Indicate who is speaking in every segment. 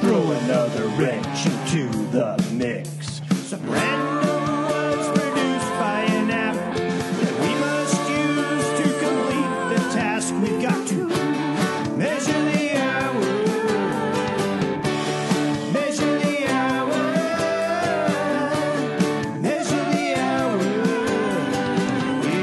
Speaker 1: another wrench into the mix. Some random words produced by an app that we must use to complete the task. We've got to measure the hour. Measure the hour. Measure the hour. Yeah.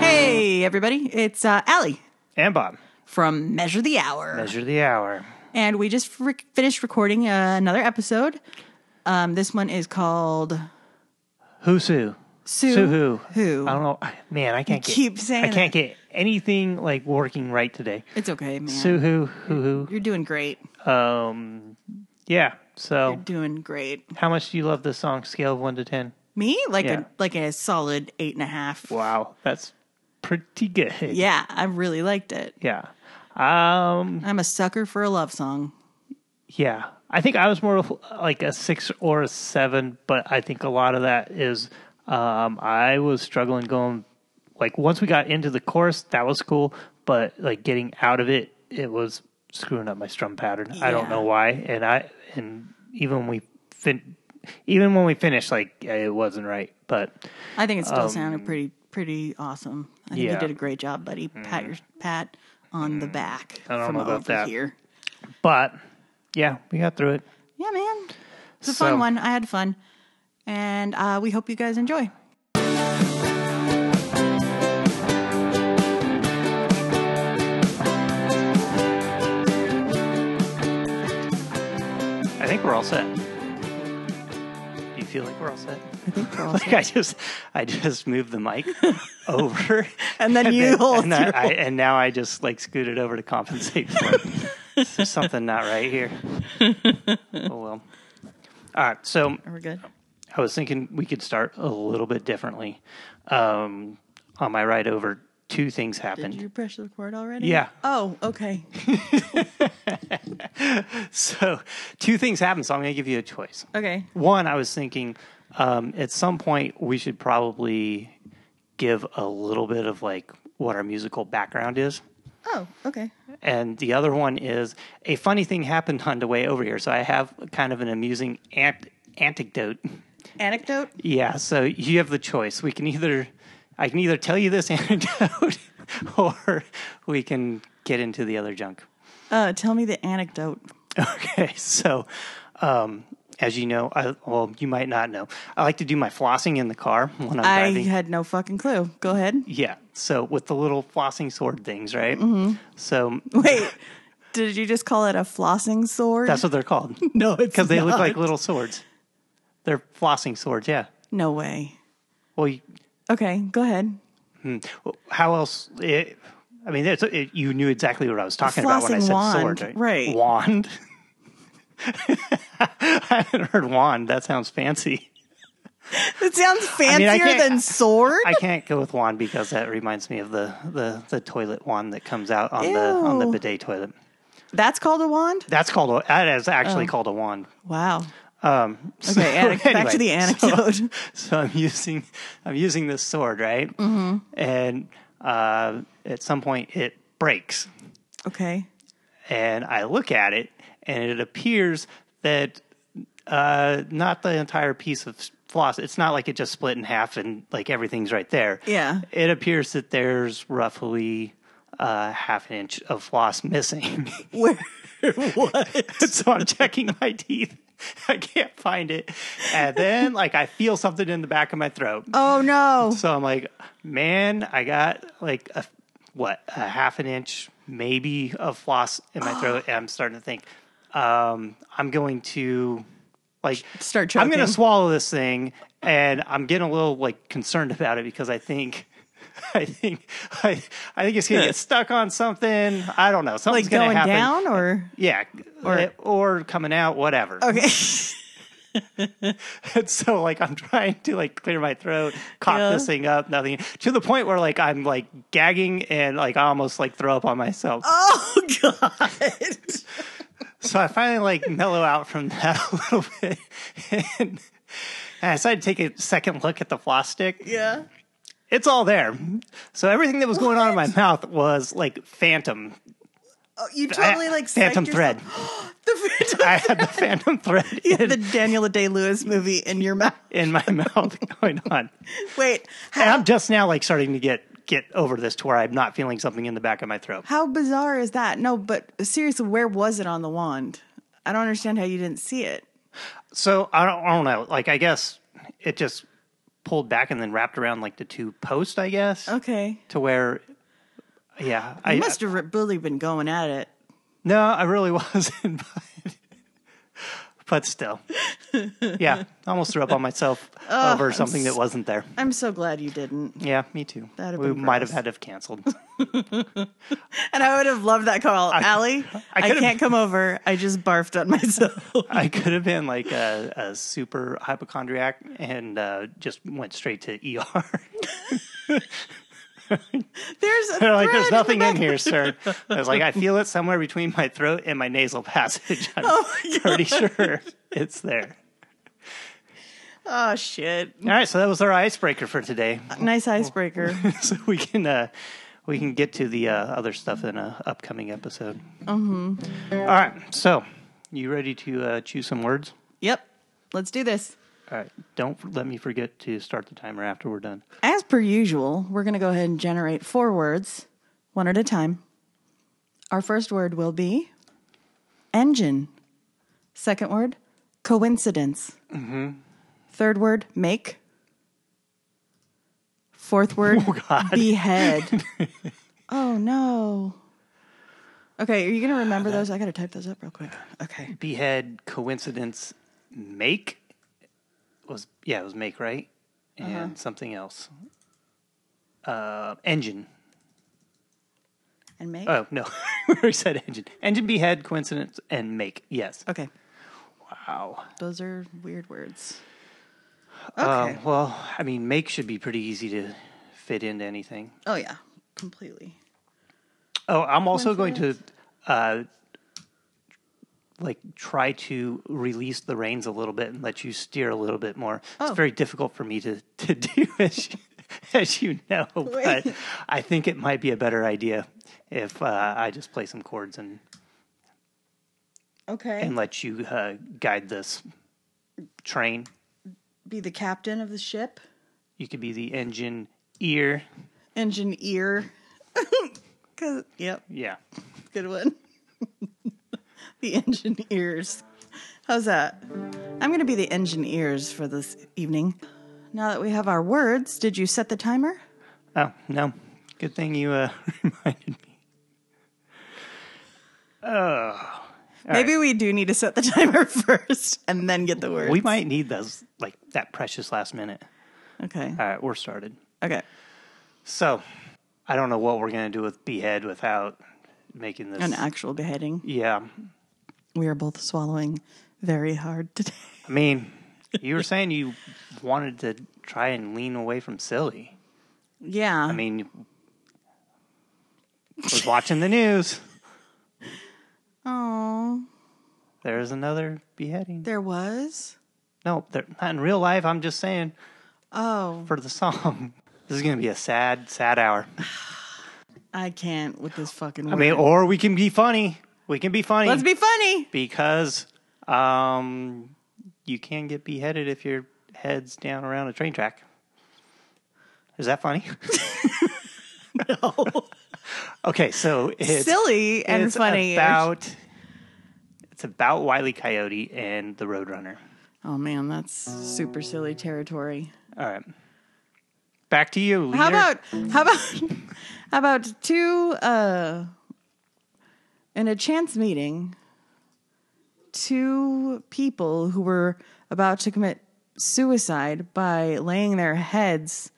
Speaker 2: Hey, everybody. It's uh, Allie
Speaker 3: And Bob.
Speaker 2: from Measure the Hour.
Speaker 3: Measure the hour.
Speaker 2: And we just re- finished recording uh, another episode. Um, this one is called
Speaker 3: Who's who?
Speaker 2: Sue,
Speaker 3: Sue who?
Speaker 2: Who.
Speaker 3: I don't know. I- Man, I can't get,
Speaker 2: keep saying
Speaker 3: I can't get anything like working right today.
Speaker 2: It's okay, man.
Speaker 3: Sue who? Who
Speaker 2: You're doing great.
Speaker 3: who? Um, yeah.
Speaker 2: You're
Speaker 3: So,
Speaker 2: doing great.
Speaker 3: how much do you love this song? Scale of one to ten.
Speaker 2: Me? Like
Speaker 3: Yeah.
Speaker 2: a like a solid eight and a half.
Speaker 3: Wow, that's pretty good.
Speaker 2: Yeah, I really liked it.
Speaker 3: Yeah. Um.
Speaker 2: I'm a sucker for a love song.
Speaker 3: Yeah. I think I was more of like a six or a seven, but I think a lot of that is um, I was struggling going like once we got into the chorus, that was cool, but like getting out of it, it was screwing up my strum pattern. I
Speaker 2: Yeah.
Speaker 3: don't know why, and I and even when we fin- even when we finished, like it wasn't right. But
Speaker 2: I think it still sounded pretty pretty awesome. I think you
Speaker 3: Um, yeah. Mm-hmm.
Speaker 2: did a great job, buddy. Pat your pat on the back
Speaker 3: I don't
Speaker 2: from
Speaker 3: know about
Speaker 2: over
Speaker 3: that.
Speaker 2: here.
Speaker 3: but yeah, we got through it.
Speaker 2: Yeah, man. It's a
Speaker 3: So-
Speaker 2: fun one. I had fun. And uh, we hope you guys enjoy.
Speaker 3: I think we're all set. Do you feel like we're all set?
Speaker 2: I think we're all
Speaker 3: like I just I just moved the mic over,
Speaker 2: And then you hold
Speaker 3: and,
Speaker 2: through.
Speaker 3: then I, and now I just like scooted over to compensate for it. There's something not right here. Oh well. All right, so
Speaker 2: We're good.
Speaker 3: I was thinking we could start a little bit differently. Um, on my ride over, two things
Speaker 2: Did
Speaker 3: happened.
Speaker 2: you press the record already?
Speaker 3: Yeah.
Speaker 2: Oh, okay.
Speaker 3: So two things happened. So I'm going to give you a choice.
Speaker 2: Okay.
Speaker 3: One, I was thinking um, at some point we should probably give a little bit of like what our musical background is.
Speaker 2: Oh, okay.
Speaker 3: And the other one is a funny thing happened on the way over here. So I have kind of an amusing ant- anecdote.
Speaker 2: Anecdote?
Speaker 3: Yeah. So you have the choice. We can either, I can either tell you this anecdote or we can get into the other junk.
Speaker 2: Uh, tell me the anecdote.
Speaker 3: Okay, so um, as you know, I, well, you might not know, I like to do my flossing in the car when I'm
Speaker 2: I
Speaker 3: driving.
Speaker 2: had no fucking clue. Go ahead.
Speaker 3: Yeah, so with the little flossing sword things, right? Mm-hmm. So
Speaker 2: Wait, did you just call it a flossing sword?
Speaker 3: that's what they're called. no, because they look like little swords. They're flossing swords. Yeah.
Speaker 2: no way.
Speaker 3: Well, you,
Speaker 2: Okay, go ahead.
Speaker 3: how else? It, I mean, it's, it, you knew exactly what I was talking about when I
Speaker 2: flossing
Speaker 3: said
Speaker 2: wand,
Speaker 3: sword,
Speaker 2: right.
Speaker 3: Wand. I haven't heard wand. That sounds fancy.
Speaker 2: It sounds fancier
Speaker 3: can't-
Speaker 2: than sword.
Speaker 3: I can't go with wand because that reminds me of the the, the toilet wand that comes out on the on the
Speaker 2: Ew.
Speaker 3: bidet toilet.
Speaker 2: That's called a wand.
Speaker 3: That's called a that is actually called a wand.
Speaker 2: Wow.
Speaker 3: Um, so
Speaker 2: Oh. Okay, ane- back to the
Speaker 3: anyway,
Speaker 2: anecdote.
Speaker 3: So, so I'm using I'm using this sword right, mm-hmm. and uh, at some point it breaks,
Speaker 2: okay.
Speaker 3: and I look at it, and it appears that uh, not the entire piece of floss. It's not like it just split in half and like everything's right there.
Speaker 2: Yeah.
Speaker 3: It appears that there's roughly uh, half an inch of floss missing.
Speaker 2: Where?
Speaker 3: so I'm checking my teeth. I can't find it. And then like I feel something in the back of my throat.
Speaker 2: Oh no.
Speaker 3: So I'm like, man, I got like a what a half an inch maybe of floss in my throat, and I'm starting to think um, I'm going to like
Speaker 2: Start
Speaker 3: I'm going
Speaker 2: choking.
Speaker 3: to swallow this thing, and I'm getting a little like concerned about it because I think. I think I, I think it's gonna get stuck on something. I don't know. Something's
Speaker 2: Like
Speaker 3: gonna
Speaker 2: going
Speaker 3: happen.
Speaker 2: down or
Speaker 3: Yeah, or, or coming out, whatever.
Speaker 2: okay.
Speaker 3: And so like I'm trying to like clear my throat, cough
Speaker 2: Yeah.
Speaker 3: this thing up, nothing to the point where like I'm like gagging and like I almost like throw up on myself.
Speaker 2: oh god.
Speaker 3: So I finally like mellow out from that a little bit, and, and I decided to take a second look at the floss stick.
Speaker 2: Yeah.
Speaker 3: It's all there. So everything that was going on in my mouth was like phantom.
Speaker 2: Oh, you totally like psyched
Speaker 3: Phantom
Speaker 2: yourself-
Speaker 3: Thread.
Speaker 2: The Phantom
Speaker 3: I had the Phantom Thread in,
Speaker 2: the Daniel Day Lewis movie in your mouth.
Speaker 3: in my mouth going on.
Speaker 2: Wait,
Speaker 3: And
Speaker 2: how,
Speaker 3: I'm just now like starting to get get over this to where I'm not feeling something in the back of my throat.
Speaker 2: how bizarre is that? No, but seriously, where was it on the wand? I don't understand how you didn't see it.
Speaker 3: So I don't, I don't know. Like I guess it just pulled back and then wrapped around like the two posts. I guess
Speaker 2: Okay,
Speaker 3: to where, yeah. I
Speaker 2: Oh. you must have really been going at it.
Speaker 3: no, I really wasn't. But, but still, yeah, I almost threw up on myself
Speaker 2: Oh,
Speaker 3: over something that wasn't there.
Speaker 2: I'm so glad you didn't.
Speaker 3: Yeah, me too.
Speaker 2: That'd have
Speaker 3: we
Speaker 2: been
Speaker 3: might have
Speaker 2: gross.
Speaker 3: had to have canceled.
Speaker 2: And I would have loved that call, Allie.
Speaker 3: I
Speaker 2: I,
Speaker 3: could've-
Speaker 2: can't come over. I just barfed on myself.
Speaker 3: I could have been like a, a super hypochondriac and uh, just went straight to ER.
Speaker 2: There's a
Speaker 3: They're like,
Speaker 2: thread
Speaker 3: there's
Speaker 2: the
Speaker 3: nothing in
Speaker 2: back."
Speaker 3: here, sir. I was like, I feel it somewhere between my throat and my nasal passage. I'm pretty sure it's there.
Speaker 2: Oh shit!
Speaker 3: All right, so that was our icebreaker for today.
Speaker 2: Nice icebreaker.
Speaker 3: so we can uh, we can get to the uh, other stuff in a upcoming episode. Mm-hmm. right, so you ready to uh, choose some words?
Speaker 2: yep. Let's do this.
Speaker 3: All right, don't let me forget to start the timer after we're done.
Speaker 2: As per usual, we're going to go ahead and generate four words, one at a time. Our first word will be engine. Second word, coincidence. Third word, make. Fourth word, behead. oh, no. Okay, are you going to remember those? I got to type those up real quick. Okay.
Speaker 3: Behead coincidence make was yeah it was make right and something else uh, engine
Speaker 2: And make?
Speaker 3: oh no we already said engine engine behead coincidence and make yes
Speaker 2: Okay.
Speaker 3: wow
Speaker 2: Those are weird words.
Speaker 3: Um, well I mean make should be pretty easy to fit into anything
Speaker 2: Oh, yeah. Completely.
Speaker 3: Oh, I'm also going to, uh, like, try to release the reins a little bit and let you steer a little bit more.
Speaker 2: Oh.
Speaker 3: It's very difficult for me to, to do, as you, as you know, but
Speaker 2: Wait.
Speaker 3: I think it might be a better idea if uh, I just play some chords and,
Speaker 2: Okay.
Speaker 3: and let you uh, guide this train.
Speaker 2: be the captain of the ship,
Speaker 3: You could be the engine ear.
Speaker 2: engineer. Cause yep,
Speaker 3: Yeah.
Speaker 2: good one. the engineers. How's that? I'm gonna be the engineers for this evening. Now that we have our words, did you set the timer?
Speaker 3: Oh, no. Good thing you uh, reminded me.
Speaker 2: Maybe we do need to set the timer first and then get the words.
Speaker 3: We might need those, like, that precious last minute.
Speaker 2: Okay.
Speaker 3: All right, we're started.
Speaker 2: Okay.
Speaker 3: So, I don't know what we're going to do with behead without making this.
Speaker 2: An actual beheading.
Speaker 3: yeah.
Speaker 2: We are both swallowing very hard today.
Speaker 3: I mean, you were saying you wanted to try and lean away from silly.
Speaker 2: Yeah.
Speaker 3: I mean, I was watching the news.
Speaker 2: oh,
Speaker 3: There's another beheading.
Speaker 2: there was.
Speaker 3: No, there, not in real life. I'm just saying
Speaker 2: Oh,
Speaker 3: for the song. This is going to be a sad, sad hour.
Speaker 2: I can't with this fucking.
Speaker 3: I mean,
Speaker 2: word.
Speaker 3: or we can be funny. We can be funny.
Speaker 2: Let's be funny.
Speaker 3: because um, you can get beheaded if your head's down around a train track. Is that funny? no. okay, so it's
Speaker 2: Silly and
Speaker 3: it's
Speaker 2: funny.
Speaker 3: About it's about Wiley Coyote and the Roadrunner.
Speaker 2: oh man, that's super silly territory.
Speaker 3: All right, back to you. Leader.
Speaker 2: How about how about how about two uh in a chance meeting two people who were about to commit suicide by laying their heads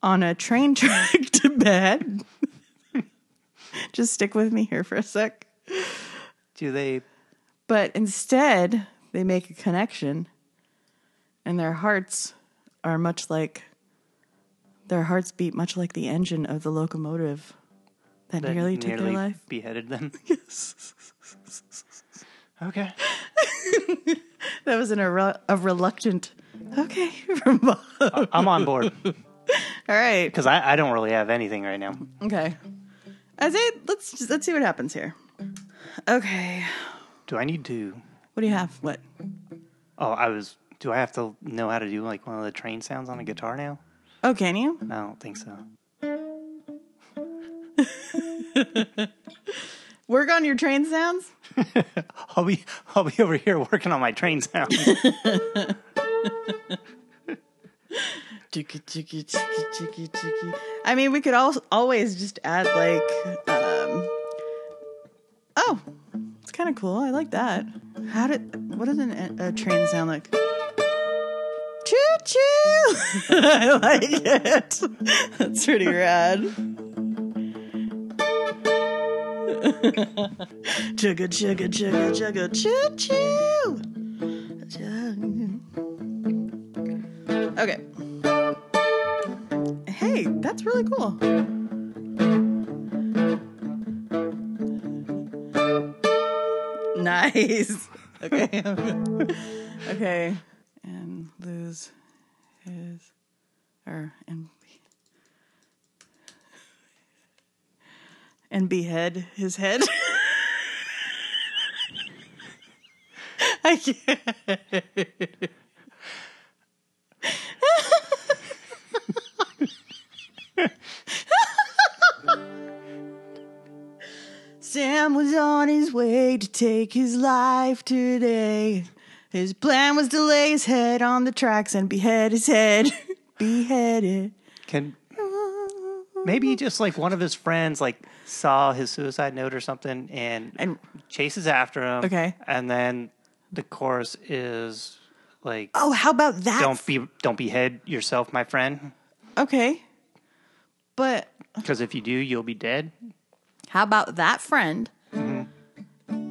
Speaker 2: on a train track to bed. Just stick with me here for a sec.
Speaker 3: do they?
Speaker 2: But instead, they make a connection, and their hearts are much like their hearts beat much like the engine of the locomotive that,
Speaker 3: that
Speaker 2: nearly took their life.
Speaker 3: beheaded them. Yes. Okay.
Speaker 2: That was in a, re- a reluctant okay from Bob. All
Speaker 3: I'm on board
Speaker 2: right,
Speaker 3: because I, I don't really have anything right now.
Speaker 2: okay. As it, let's just, let's see what happens here. Okay,
Speaker 3: Do I need to?
Speaker 2: what do you have? What?
Speaker 3: Oh, I was. Do I have to know how to do like one of the train sounds on a guitar now?
Speaker 2: Oh, can you?
Speaker 3: No, I don't think so.
Speaker 2: Work on your train sounds.
Speaker 3: I'll be I'll be over here working on my train sound.
Speaker 2: Chicka, chicka, chicka, chicka, chicka. I mean, we could all always just add like, um, oh, it's kind of cool. I like that. How did? What does an, a train sound like? Choo choo! I like it. That's pretty rad. chugga chugga chugga chugga choo choo. Chugga. Okay. Hey, that's really cool. Nice. Okay. okay. And lose his or and be- and behead his head. I can't. Sam was on his way to take his life today. His plan was to lay his head on the tracks and behead his head. behead it.
Speaker 3: Can maybe just like one of his friends like saw his suicide note or something and,
Speaker 2: And-
Speaker 3: chases after him.
Speaker 2: Okay.
Speaker 3: and then the chorus is like,
Speaker 2: Oh, how about that?
Speaker 3: "Don't be don't behead yourself, my friend,
Speaker 2: Okay. But
Speaker 3: because if you do, you'll be dead."
Speaker 2: how about that friend
Speaker 3: Mm-hmm.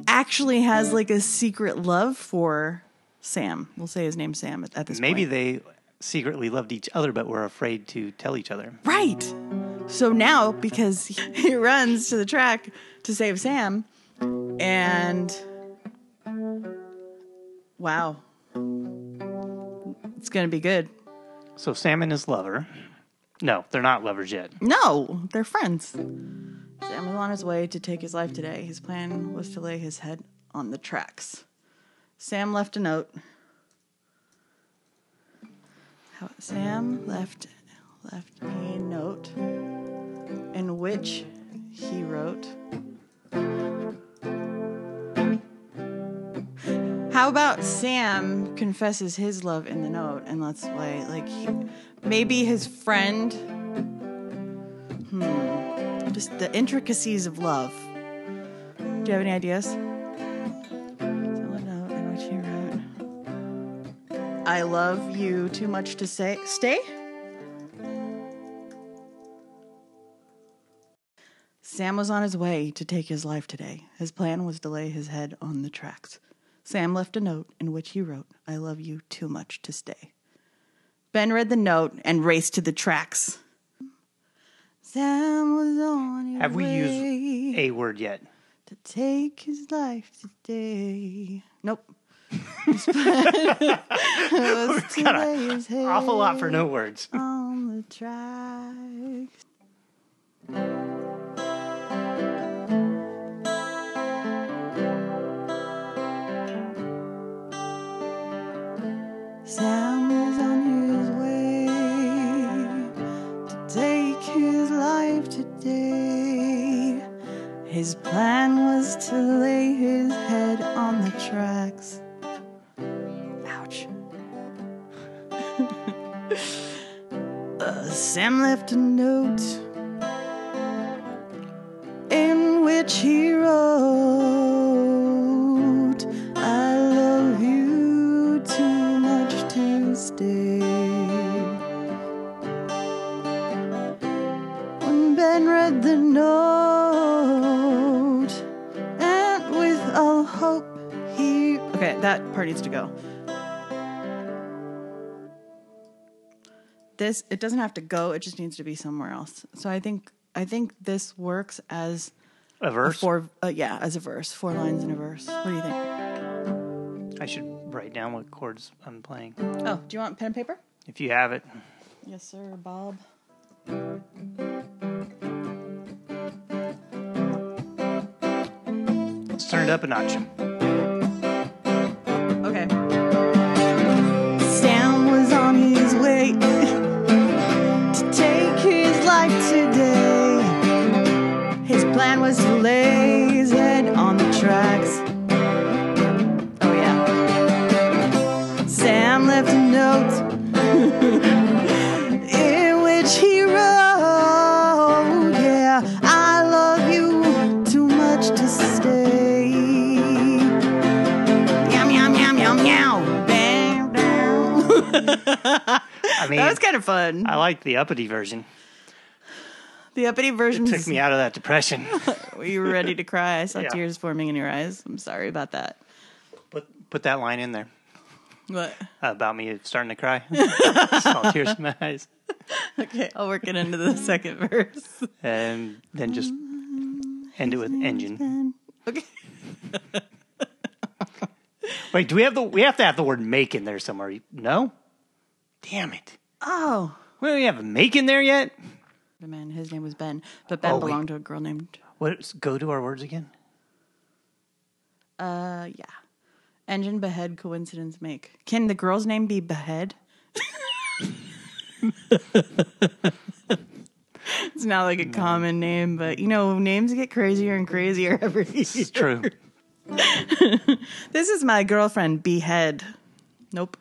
Speaker 2: actually has like a secret love for Sam? We'll say his name's Sam at, at this
Speaker 3: Maybe
Speaker 2: point.
Speaker 3: they secretly loved each other but were afraid to tell each other.
Speaker 2: Right. So now, because he he runs to the track to save Sam, and wow, it's gonna be good.
Speaker 3: So Sam and his lover. No, they're not lovers yet.
Speaker 2: No, they're friends. Sam was on his way to take his life today. His plan was to lay his head on the tracks. Sam left a note. How- Sam left left a note in which he wrote How about Sam confesses his love in the note and that's why like he- maybe his friend just the intricacies of love. Do you have any ideas? Someone note in which he wrote, I love you too much to say. Stay? Sam was on his way to take his life today. His plan was to lay his head on the tracks. Sam left a note in which he wrote, I love you too much to stay. Ben read the note and raced to the tracks. Sam was on his
Speaker 3: Have we
Speaker 2: way
Speaker 3: used a word yet?
Speaker 2: to take his life today. Nope. We've
Speaker 3: got a Awful lot for no words.
Speaker 2: on the tracks. Sam was on his way to take his life today. His plan was to lay his head on the tracks. Ouch. Sam left a note in which he wrote, I love you too much to stay. When Ben read the note, and with all hope he. Okay, that part needs to go. this it doesn't have to go it just needs to be somewhere else so i think i think this works as
Speaker 3: A
Speaker 2: a
Speaker 3: verse.
Speaker 2: four uh, yeah as a verse four lines in a verse what do you think
Speaker 3: I should write down what chords I'm playing.
Speaker 2: oh do you want pen and paper
Speaker 3: If you have it.
Speaker 2: yes sir bob
Speaker 3: just turned up a notch.
Speaker 2: Okay. Sam was on his way to take his life today. His plan was to lay his head on the tracks. Oh, yeah. Sam left a note in which he wrote, Yeah, I love you too much to stay. Meow, meow, meow, meow, meow. Bang, bang.
Speaker 3: I mean,
Speaker 2: that was kind of fun.
Speaker 3: I like the uppity version.
Speaker 2: The uppity version
Speaker 3: Took me out of that depression.
Speaker 2: You were ready to cry. I saw
Speaker 3: Yeah.
Speaker 2: tears forming in your eyes. I'm sorry about that.
Speaker 3: put put that line in there
Speaker 2: What?
Speaker 3: about me starting to cry. Saw tears in my eyes,
Speaker 2: Okay, I'll work it into the second verse.
Speaker 3: and then just end it with engine.
Speaker 2: Okay.
Speaker 3: Wait, do we have the? We have to have the word make in there somewhere. No. Damn it.
Speaker 2: Oh.
Speaker 3: We don't even have make in there yet.
Speaker 2: The man, his name was Ben, but Ben
Speaker 3: Oh, wait.
Speaker 2: belonged to a girl named,
Speaker 3: What? Go to our words again.
Speaker 2: uh, yeah. Engine behead coincidence make. Can the girl's name be behead? it's not like a common name, but you know, names get crazier and crazier every year.
Speaker 3: It's true.
Speaker 2: This is my girlfriend, Behead. Nope.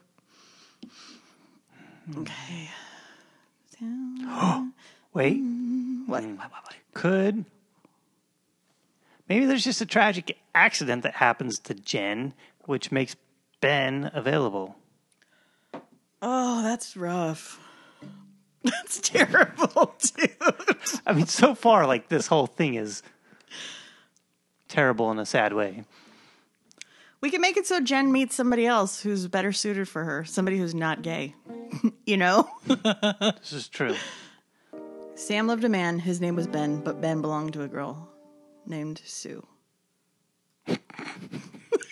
Speaker 2: Okay.
Speaker 3: Wait.
Speaker 2: What? what, what, what?
Speaker 3: Mm. could maybe there's just a tragic accident that happens to Jen, which makes Ben available.
Speaker 2: Oh, that's rough. That's terrible, dude.
Speaker 3: I mean, so far, like this whole thing is terrible in a sad way.
Speaker 2: We can make it so Jen meets somebody else who's better suited for her, somebody who's not gay. you know?
Speaker 3: This is true.
Speaker 2: Sam loved a man. His name was Ben, but Ben belonged to a girl named Sue.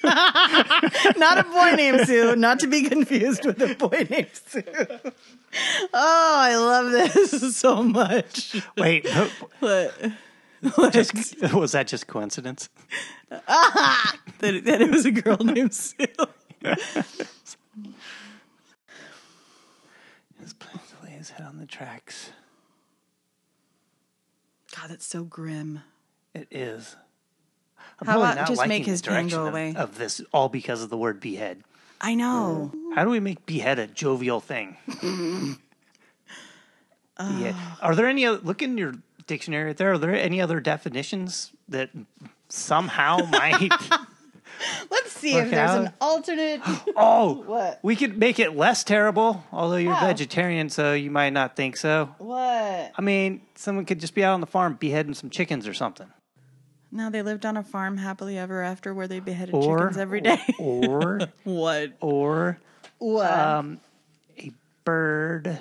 Speaker 2: not a boy named Sue, not to be confused with a boy named Sue. Oh, I love this so much.
Speaker 3: Wait, but-
Speaker 2: But
Speaker 3: just, was that just coincidence?
Speaker 2: that, that it was a girl named Sue.
Speaker 3: His plan to lay his head on the tracks.
Speaker 2: God, that's so grim.
Speaker 3: It is. I'm
Speaker 2: How
Speaker 3: really
Speaker 2: about
Speaker 3: not
Speaker 2: just
Speaker 3: liking
Speaker 2: make
Speaker 3: the
Speaker 2: his pain
Speaker 3: direction
Speaker 2: go
Speaker 3: of-
Speaker 2: away?
Speaker 3: Of, this, all because of the word behead.
Speaker 2: I know.
Speaker 3: How do we make behead a jovial thing? Behead. Are there any other, look in your dictionary right there, are there any other definitions that somehow might
Speaker 2: Let's see if
Speaker 3: Work
Speaker 2: there's
Speaker 3: out.
Speaker 2: an alternate.
Speaker 3: Oh
Speaker 2: What?
Speaker 3: we could make it less terrible, although you're
Speaker 2: How?
Speaker 3: vegetarian, so you might not think so.
Speaker 2: what?
Speaker 3: I mean, someone could just be out on the farm beheading some chickens or something.
Speaker 2: Now they lived on a farm happily ever after where they beheaded
Speaker 3: Or
Speaker 2: chickens every day.
Speaker 3: or
Speaker 2: what?
Speaker 3: or
Speaker 2: What?
Speaker 3: Uh, a bird.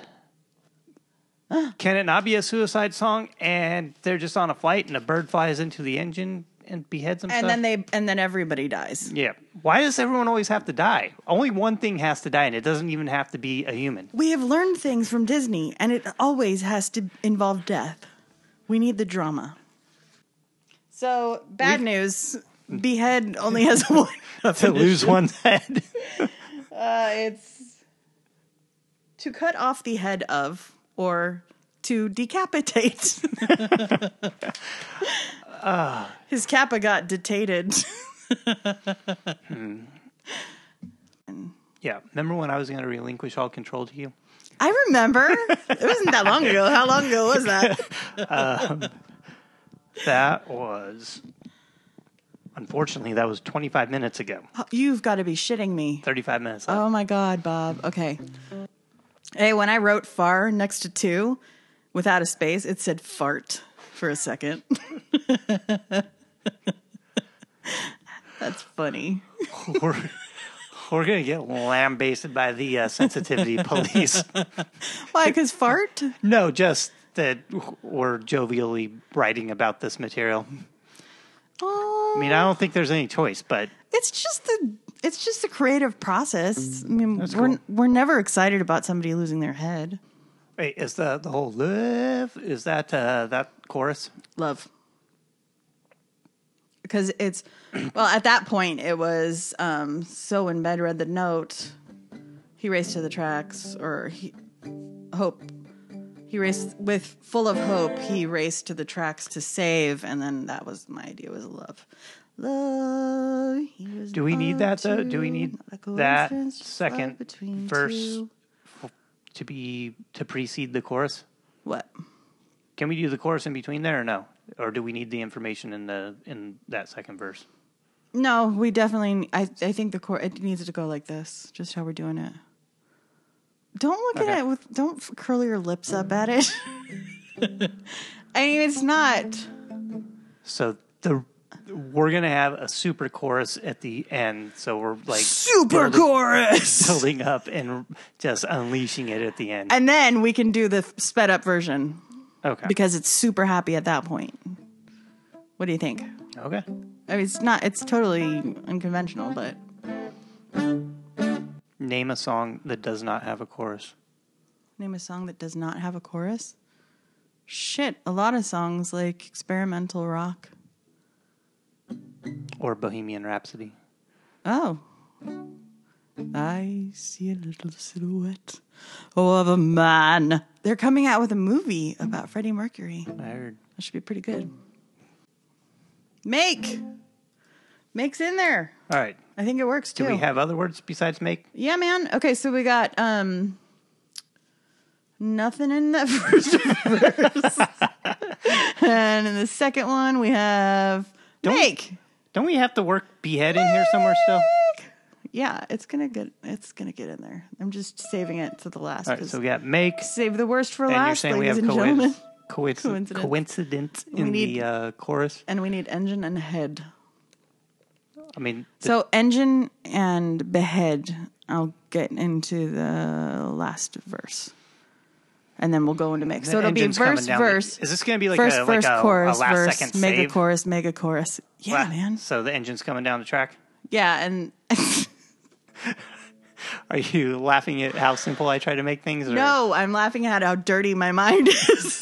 Speaker 3: Can it not be a suicide song? And they're just on a flight, and a bird flies into the engine and beheads himself.
Speaker 2: and then they and then everybody dies.
Speaker 3: yeah. Why does everyone always have to die? Only one thing has to die, and it doesn't even have to be a human.
Speaker 2: We have learned things from Disney, and it always has to involve death. We need the drama. So bad news: behead only has one.
Speaker 3: to lose one's head.
Speaker 2: Uh, it's to cut off the head of or to decapitate. His kappa got detated.
Speaker 3: yeah. Remember when I was going to relinquish all control to you?
Speaker 2: I remember. It wasn't that long ago. How long ago was that?
Speaker 3: That was. Unfortunately, that was 25 minutes ago.
Speaker 2: You've got to be shitting me.
Speaker 3: 35 minutes. left.
Speaker 2: Oh my God, Bob. Okay. Hey, when I wrote far next to two without a space, it said fart for a second. That's funny.
Speaker 3: We're, we're going to get lambasted by the uh, sensitivity police.
Speaker 2: Why? Because fart?
Speaker 3: No, just that we're jovially writing about this material. I
Speaker 2: Oh,
Speaker 3: mean, I don't think there's any choice, but
Speaker 2: it's just the it's just a creative process. I mean, we're we're never excited about somebody losing their head.
Speaker 3: wait, is the the whole live is that uh, that chorus?
Speaker 2: Love. because it's well at that point it was um, so in bed read the note he raced to the tracks or he hope he raced with full of hope he raced to the tracks to save and then that was my idea was love love he was
Speaker 3: Do we need
Speaker 2: on
Speaker 3: that, though? Do we
Speaker 2: to,
Speaker 3: need
Speaker 2: like a
Speaker 3: that
Speaker 2: coincidence, just love
Speaker 3: second
Speaker 2: between
Speaker 3: verse
Speaker 2: two.
Speaker 3: f- to be to precede the chorus?
Speaker 2: what
Speaker 3: Can we do the chorus in between there or no? Or do we need the information in the in that second verse?
Speaker 2: no we definitely i i think the core it needs to go like this just how we're doing it don't look at
Speaker 3: Okay.
Speaker 2: it with don't f- curl your lips up at it i mean it's not
Speaker 3: So the we're gonna have a super chorus at the end. So we're like
Speaker 2: super
Speaker 3: building,
Speaker 2: chorus
Speaker 3: building up and just unleashing it at the end.
Speaker 2: and then we can do the f- sped up version
Speaker 3: Okay.
Speaker 2: because it's super happy at that point what do you think
Speaker 3: Okay.
Speaker 2: i mean it's not it's totally unconventional but
Speaker 3: Name a song that does not have a chorus.
Speaker 2: name a song that does not have a chorus shit a lot of songs like experimental rock
Speaker 3: Or Bohemian Rhapsody.
Speaker 2: Oh. I see a little silhouette of a man. They're coming out with a movie about Freddie Mercury.
Speaker 3: I heard.
Speaker 2: That should be pretty good. Make. Make's in there.
Speaker 3: All right.
Speaker 2: I think it works too.
Speaker 3: Do we have other words besides make?
Speaker 2: yeah, man. Okay, so we got um nothing in that first verse. and in the second one we have make.
Speaker 3: Don't we have to work behead in here somewhere still?
Speaker 2: Yeah, it's gonna get it's gonna get in there. I'm just saving it to the last.
Speaker 3: All right.
Speaker 2: 'cause
Speaker 3: So we got make.
Speaker 2: save the worst for
Speaker 3: And you're
Speaker 2: last,
Speaker 3: saying we have
Speaker 2: ladies and
Speaker 3: coinc-
Speaker 2: gentlemen.
Speaker 3: coinc-
Speaker 2: Coincidence.
Speaker 3: coincidence in
Speaker 2: need-
Speaker 3: the uh, chorus.
Speaker 2: And we need engine and head.
Speaker 3: I mean,
Speaker 2: So engine and behead. I'll get into the last verse, and then we'll go into make. So
Speaker 3: The
Speaker 2: it'll be
Speaker 3: engine's coming
Speaker 2: verse,
Speaker 3: down the-
Speaker 2: verse.
Speaker 3: is this gonna be like
Speaker 2: first,
Speaker 3: a- like
Speaker 2: verse,
Speaker 3: a- a
Speaker 2: chorus,
Speaker 3: last
Speaker 2: verse,
Speaker 3: second
Speaker 2: mega
Speaker 3: save?
Speaker 2: chorus, mega chorus? Yeah,
Speaker 3: la-
Speaker 2: man.
Speaker 3: So the engine's coming down the track.
Speaker 2: Yeah, and
Speaker 3: Are you laughing at how simple I try to make things? Or?
Speaker 2: no, I'm laughing at how dirty my mind is.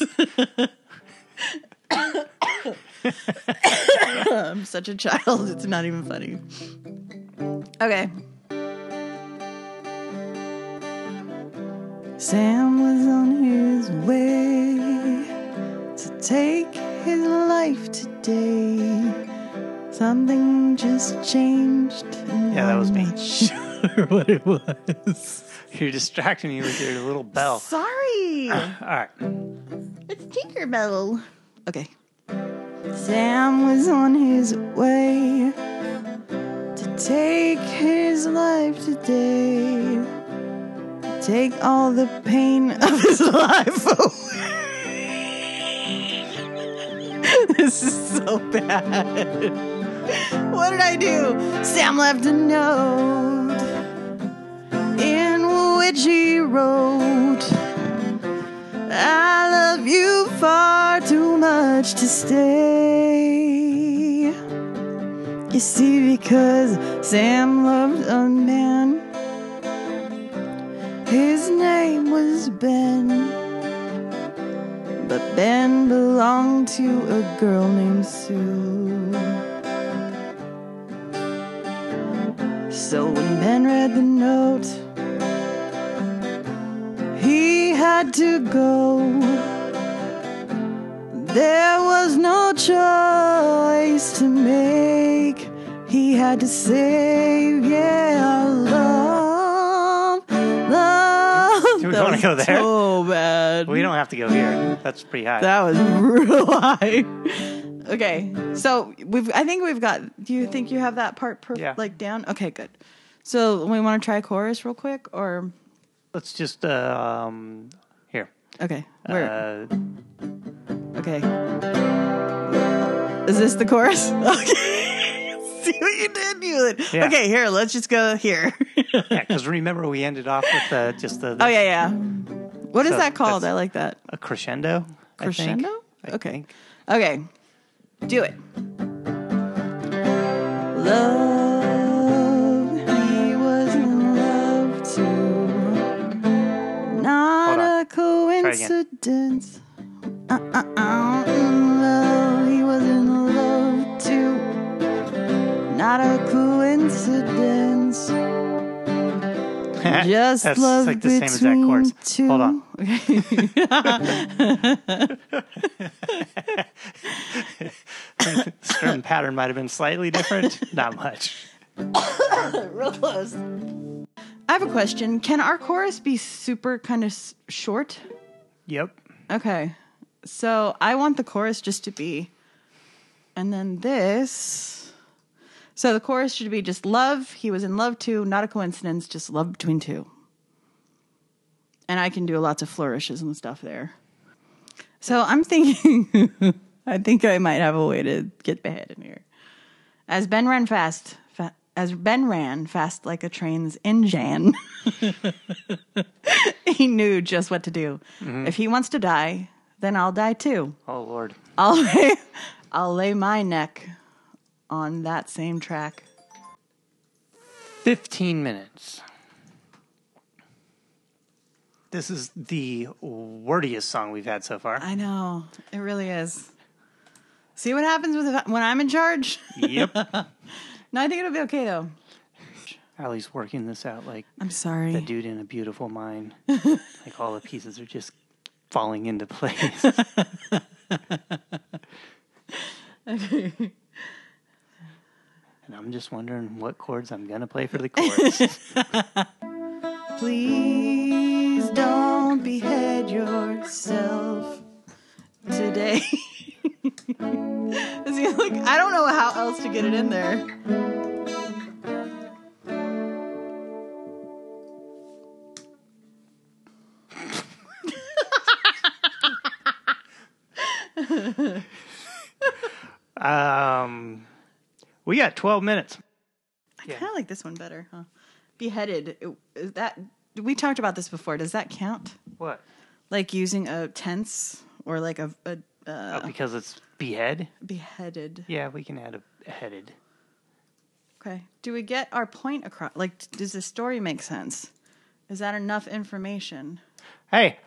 Speaker 2: I'm such a child. It's not even funny. Okay. Sam was on his way to take his life today. Something just changed. and
Speaker 3: Yeah, that was
Speaker 2: I'm
Speaker 3: me.
Speaker 2: not sure.
Speaker 4: what it was.
Speaker 3: You're distracting me with your little bell.
Speaker 2: Sorry.
Speaker 3: All right.
Speaker 2: It's Tinkerbell. Okay. Sam was on his way to take his life today. Take all the pain of his life away. this is so bad. What did I do? Sam left a note in which he wrote. I love you far too much to stay. You see, because Sam loved a man, his name was Ben. But Ben belonged to a girl named Sue. So when Ben read the note, he had to go. There was no choice to make. He had to save, yeah, love, love.
Speaker 3: Do we
Speaker 2: That
Speaker 3: wanna
Speaker 2: was
Speaker 3: go there?
Speaker 2: So bad.
Speaker 3: We don't have to go here. That's pretty high.
Speaker 2: That was real high. Okay, so we've. I think we've got. Do you think you have that part per,
Speaker 3: Yeah.
Speaker 2: like down? Okay, good. So we want to try chorus real quick, or
Speaker 3: Let's just uh, um here.
Speaker 2: okay, where?
Speaker 3: Uh,
Speaker 2: Okay. Is this the chorus? Okay. See what you did, you.
Speaker 3: Yeah.
Speaker 2: Okay, here, let's just go here. oh
Speaker 3: yeah, because remember we ended off with uh, just the,
Speaker 2: yeah, yeah. What is
Speaker 3: So
Speaker 2: that called?
Speaker 3: that's-
Speaker 2: I like that.
Speaker 3: a crescendo. I think.
Speaker 2: Crescendo?
Speaker 3: I
Speaker 2: okay.
Speaker 3: think.
Speaker 2: Okay. Do it. Love, he was in love too. Not
Speaker 3: Hold on.
Speaker 2: a coincidence. Uh, uh, uh, in love, he was in love too. coincidence. Just
Speaker 5: That's
Speaker 2: love
Speaker 5: like the same exact
Speaker 2: between
Speaker 5: chords.
Speaker 2: two.
Speaker 5: Hold on.
Speaker 3: Strum pattern might have been slightly different. Not much.
Speaker 2: Real close. I have a question. Can our chorus be super kind of s- short?
Speaker 3: Yep.
Speaker 2: Okay. So I want the chorus just to be. And then this. So the chorus should be just love. He was in love too. Not a coincidence. Just love between two. And I can do lots of flourishes and stuff there. So I'm thinking, I think I might have a way to get ahead in here. As Ben ran fast, fa- as Ben ran fast like a train's engine he knew just what to do. If he wants to die, then I'll die too.
Speaker 3: Oh Lord.
Speaker 2: I'll lay, I'll lay my neck on that same track.
Speaker 3: Fifteen minutes. This is the wordiest song we've had so far.
Speaker 2: I know it really is. See what happens with when I'm in charge.
Speaker 3: Yep.
Speaker 2: No, I think it'll be okay though.
Speaker 3: Allie's working this out like
Speaker 2: I'm sorry.
Speaker 3: the dude in a beautiful mind. like all the pieces are just falling into place. and I'm just wondering what chords I'm gonna play for the chorus.
Speaker 2: Please don't behead yourself today. See, like, I don't know how else to get it in there.
Speaker 3: um, we got 12 minutes.
Speaker 2: I kind of like this one better, huh? Beheaded. it- Is that we talked about this before? Does that count?
Speaker 3: What?
Speaker 2: Like using a tense or like a, a uh,
Speaker 3: Oh, because it's behead.
Speaker 2: beheaded.
Speaker 3: Yeah, we can add a headed.
Speaker 2: Okay. Do we get our point across? Like, t- does the story make sense? Is that enough information?
Speaker 3: Hey,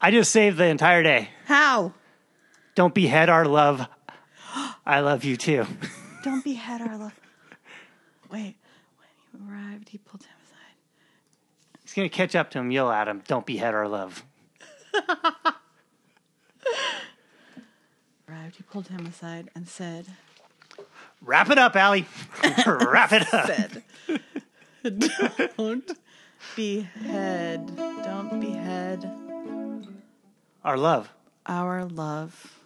Speaker 3: I just saved the entire day.
Speaker 2: How?
Speaker 3: Don't behead our love. I love you too.
Speaker 2: Don't behead our love. Wait. When he arrived, he pulled him aside.
Speaker 3: He's gonna catch up to him. Yell at him. Don't behead our love.
Speaker 2: Arrived, he pulled him aside and said,
Speaker 3: Wrap it up, Allie. Wrap it up.
Speaker 2: said. Don't behead. Don't behead
Speaker 3: Our love.
Speaker 2: our love.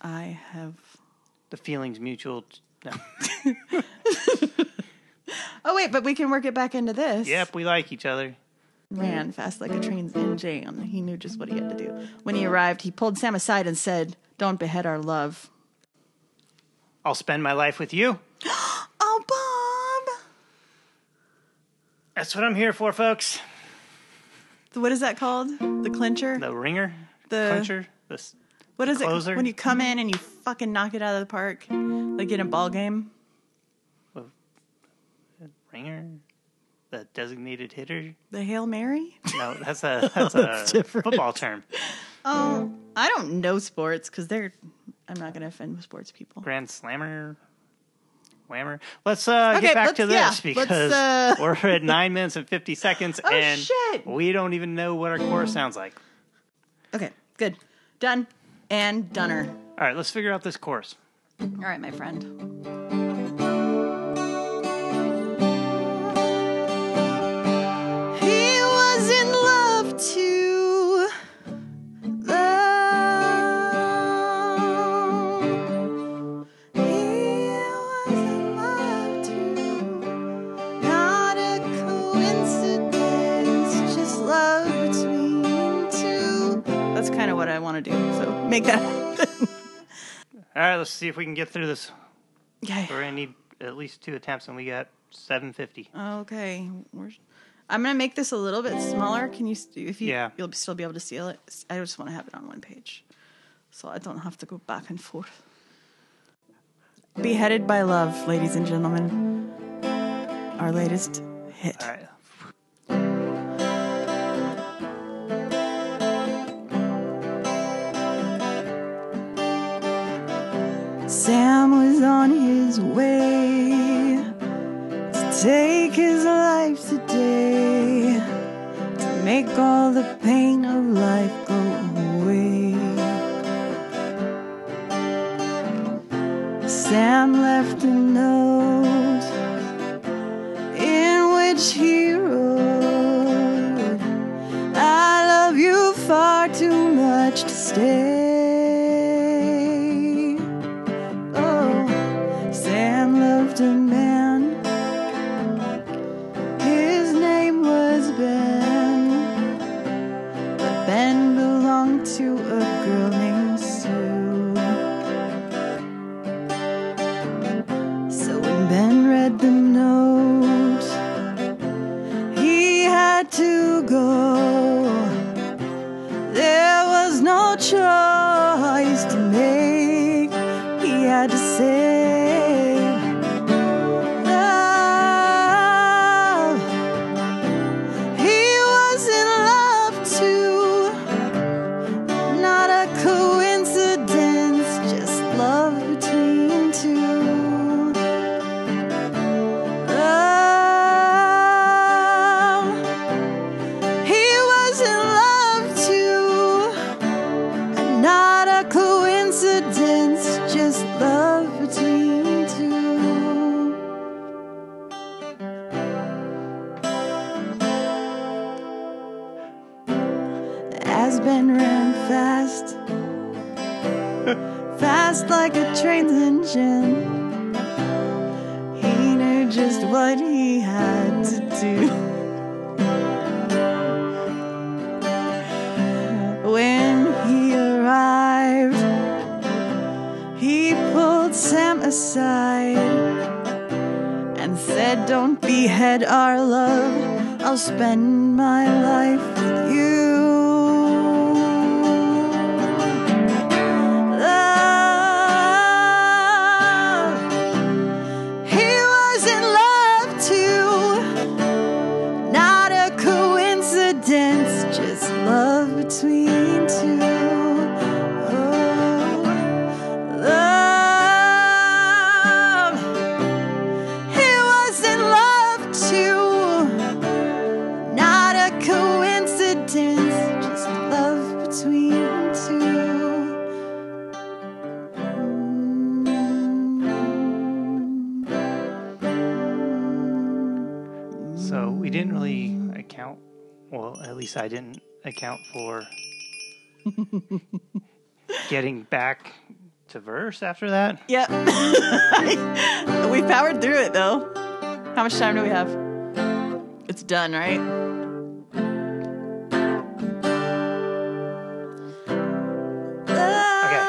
Speaker 2: I have.
Speaker 3: The feelings mutual. No.
Speaker 2: Oh, wait, but we can work it back into this.
Speaker 3: Yep, we like each other.
Speaker 2: Ran fast like a train's engine. He knew just what he had to do. When he arrived, he pulled Sam aside and said, Don't behead our love.
Speaker 3: I'll spend my life with you.
Speaker 2: Oh, Bob!
Speaker 3: That's what I'm here for, folks.
Speaker 2: So What is that called? The clincher?
Speaker 3: The ringer,
Speaker 2: The-
Speaker 3: clincher. This.
Speaker 2: what is
Speaker 3: closer?
Speaker 2: it? When you come in and you fucking knock it out of the park, like in a ball game?
Speaker 3: ringer, the designated hitter.
Speaker 2: The Hail Mary?
Speaker 3: No, that's a that's, a football term.
Speaker 2: Oh, I don't know sports because they're. I'm not going to offend sports people.
Speaker 3: Grand slammer, whammer. Let's uh,
Speaker 2: Okay,
Speaker 3: get back
Speaker 2: let's-
Speaker 3: to
Speaker 2: yeah,
Speaker 3: this
Speaker 2: let's,
Speaker 3: because
Speaker 2: uh,
Speaker 3: we're at nine minutes and fifty seconds,
Speaker 2: Oh,
Speaker 3: and
Speaker 2: shit.
Speaker 3: we don't even know what our chorus sounds like.
Speaker 2: Okay, good. Done. And Dunner.
Speaker 3: All right, let's figure out this chorus.
Speaker 2: All right, my friend. He was in love too. Love. He was in love too. Not a coincidence, just love between two. That's kind of what I want to do. So make that happen.
Speaker 3: All right, let's see if we can get through this.
Speaker 2: Okay.
Speaker 3: We're gonna need at least two attempts, and we got seven fifty.
Speaker 2: Oh, Okay, we're, I'm gonna make this a little bit smaller. Can you, st- if you,
Speaker 3: Yeah.
Speaker 2: you'll still be able to seal it. S- I just want to have it on one page, so I don't have to go back and forth. Beheaded by love, ladies and gentlemen, our latest hit.
Speaker 3: All right.
Speaker 2: Sam was was on his way to take his life today, to make all the pain of life go away. Sam left a note in which he wrote, I love you far too much to stay. Oh, Sam loved a man. His name was Ben. But Ben belonged to a girl named Sue. So when Ben read the note, he had to go. There was no choice to make. He had to say, Love. He was in love too. Not a coincidence, just love between two. Love. He was in love too. Not a coincidence, just love between two. As Ben ran fast, fast like a train's engine, he knew just what he had to do. When he arrived, he pulled Sam aside and said, Don't behead our love, I'll spend my life with you. Love. He was in love too. Not a coincidence, just love between two. Oh, love. He was in love too. Not a coincidence, just love between two. Mm.
Speaker 3: So we didn't really account. Well, at least I didn't account for getting back to verse after that.
Speaker 2: Yep. we powered through it though. How much time do we have? It's done, right? Uh,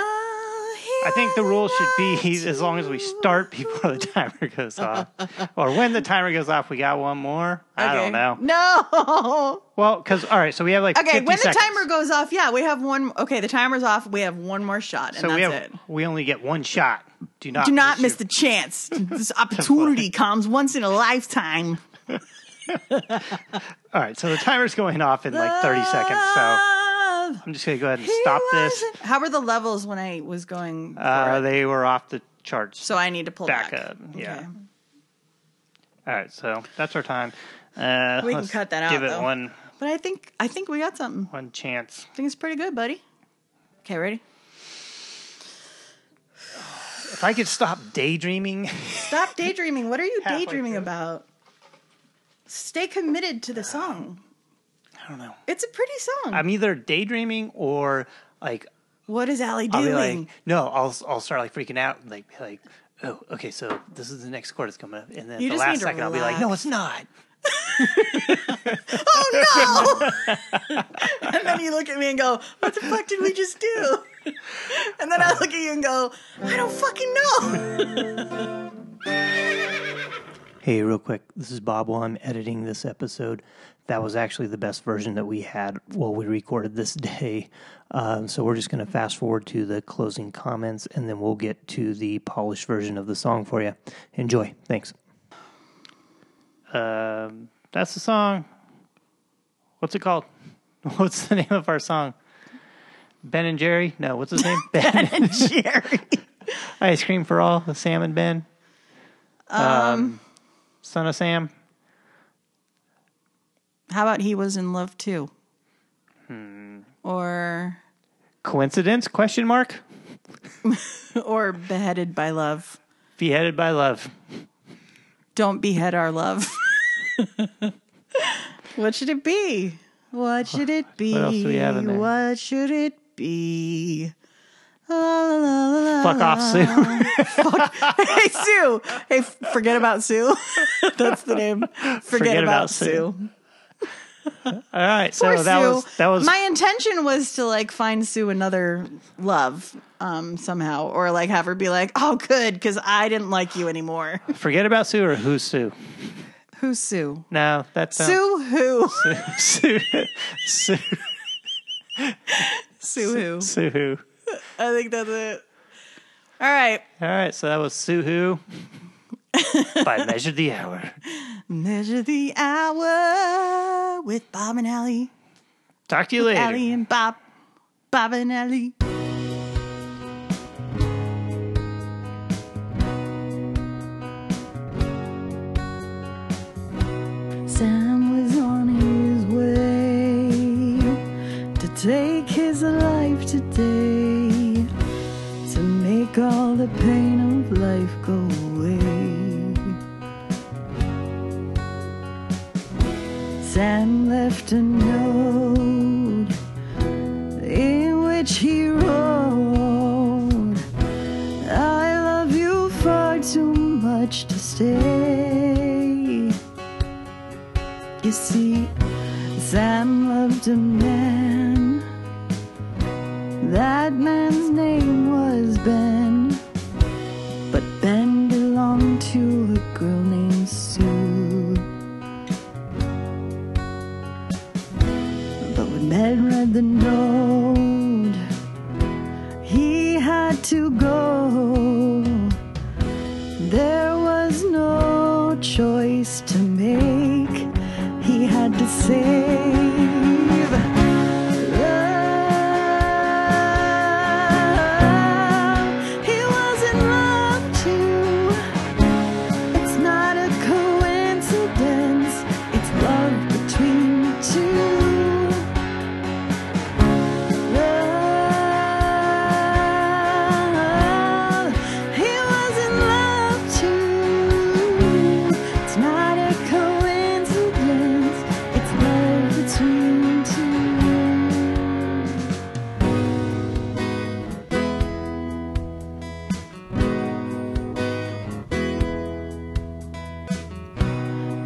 Speaker 3: I think the rule should be as long as we start before the timer goes off, or when the timer goes off, we got one more. I
Speaker 2: Okay.
Speaker 3: don't know.
Speaker 2: No.
Speaker 3: Well, because all right, so we have like
Speaker 2: Okay,
Speaker 3: 50
Speaker 2: when the
Speaker 3: seconds.
Speaker 2: timer goes off, yeah, we have one. Okay, the timer's off. We have one more shot, and
Speaker 3: so
Speaker 2: that's
Speaker 3: we have
Speaker 2: it.
Speaker 3: we only get one shot. Do not
Speaker 2: Do not miss the
Speaker 3: your-
Speaker 2: chance. This opportunity comes once in a lifetime.
Speaker 3: All right, so the timer's going off in like thirty seconds. So
Speaker 2: Ah. Love.
Speaker 3: I'm just gonna go ahead and stop
Speaker 2: He
Speaker 3: this.
Speaker 2: wasn't- How were the levels when I was going? for
Speaker 3: Uh,
Speaker 2: it?
Speaker 3: they were off the charts.
Speaker 2: so I need to pull
Speaker 3: back
Speaker 2: back,
Speaker 3: up, yeah. All right, so that's our time. Uh,
Speaker 2: We can
Speaker 3: let's
Speaker 2: cut that
Speaker 3: Give
Speaker 2: out,
Speaker 3: it
Speaker 2: though.
Speaker 3: one
Speaker 2: But I think I think we got something.
Speaker 3: one chance.
Speaker 2: I think it's pretty good, buddy. Okay, ready?
Speaker 3: If I could stop daydreaming,
Speaker 2: Stop daydreaming. What are you
Speaker 3: Halfway
Speaker 2: daydreaming
Speaker 3: through.
Speaker 2: about? Stay committed to the song.
Speaker 3: I don't know.
Speaker 2: It's a pretty song.
Speaker 3: I'm either daydreaming or like
Speaker 2: what is Allie
Speaker 3: I'll
Speaker 2: doing?
Speaker 3: be like, no, I'll I'll start like freaking out, and, like be like, oh, okay, so this is the next chord that's coming up, and then at
Speaker 2: You
Speaker 3: the
Speaker 2: just need
Speaker 3: last
Speaker 2: to
Speaker 3: second I'll be like, no,
Speaker 2: relax.
Speaker 3: it's not.
Speaker 2: oh no! and then you look at me and go, "What the fuck did we just do?" and then I look at you and go, "I don't fucking know."
Speaker 3: Hey, real quick, this is Bob while I'm editing this episode. That was actually the best version that we had while we recorded this day. Um, so we're just going to fast forward to the closing comments and then we'll get to the polished version of the song for you. Enjoy. Thanks. Um, that's the song. What's it called? What's the name of our song? Ben and Jerry? No, what's his name? ben and Jerry. Ice cream for all, the salmon bin. Um, Son of Sam.
Speaker 2: How about he was in love too?
Speaker 3: Hmm.
Speaker 2: Or
Speaker 3: Coincidence? Question mark.
Speaker 2: or beheaded by love.
Speaker 3: Beheaded by love.
Speaker 2: Don't behead our love. what should it be? What should it be?
Speaker 3: else do we have in there?
Speaker 2: What should it be? La, la, la, la, la.
Speaker 3: Fuck off, Sue.
Speaker 2: Hey Sue. Hey, f- forget about Sue. That's the name. Forget, about,
Speaker 3: Forget About
Speaker 2: Sue.
Speaker 3: Sue. all right. So
Speaker 2: Poor
Speaker 3: that
Speaker 2: Sue.
Speaker 3: was that was
Speaker 2: my intention was to like find Sue another love um somehow or like have her be like, "Oh good, cuz I didn't like you anymore."
Speaker 3: forget about Sue or who's Sue.
Speaker 2: Who's Sue?
Speaker 3: No, that's um,
Speaker 2: Sue who?
Speaker 3: Sue. Sue.
Speaker 2: Sue who?
Speaker 3: Sue. Who.
Speaker 2: I think that's it. All right.
Speaker 3: All right. So that was Sue Who. by measure the hour.
Speaker 2: Measure the hour with Bob and Allie.
Speaker 3: Talk to you later.
Speaker 2: Allie and Bob. Bob and Allie. Sam was on his way to take his life today, to make all the pain of life go away. Sam left a note in which he wrote, I love you far too much to stay. You see, Sam loved a man. That man's name was Ben, but Ben belonged to a girl named Sue. But when Ben read the note, he had to go. There was no choice to make. He had to save love. He was in love too. It's not a coincidence, it's love between the two. Love. He was in love too. It's not a coincidence, it's love between the two.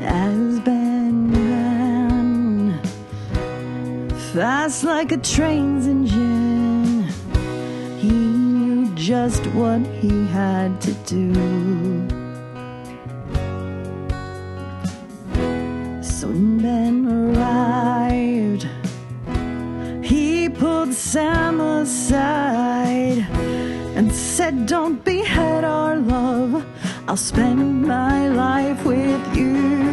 Speaker 2: has been ran fast like a train's engine. He knew just what he had to do. So when Ben arrived, he pulled Sam aside and said, Don't behead our love. I'll spend my life with you. Oh, Mm-hmm. Mm-hmm.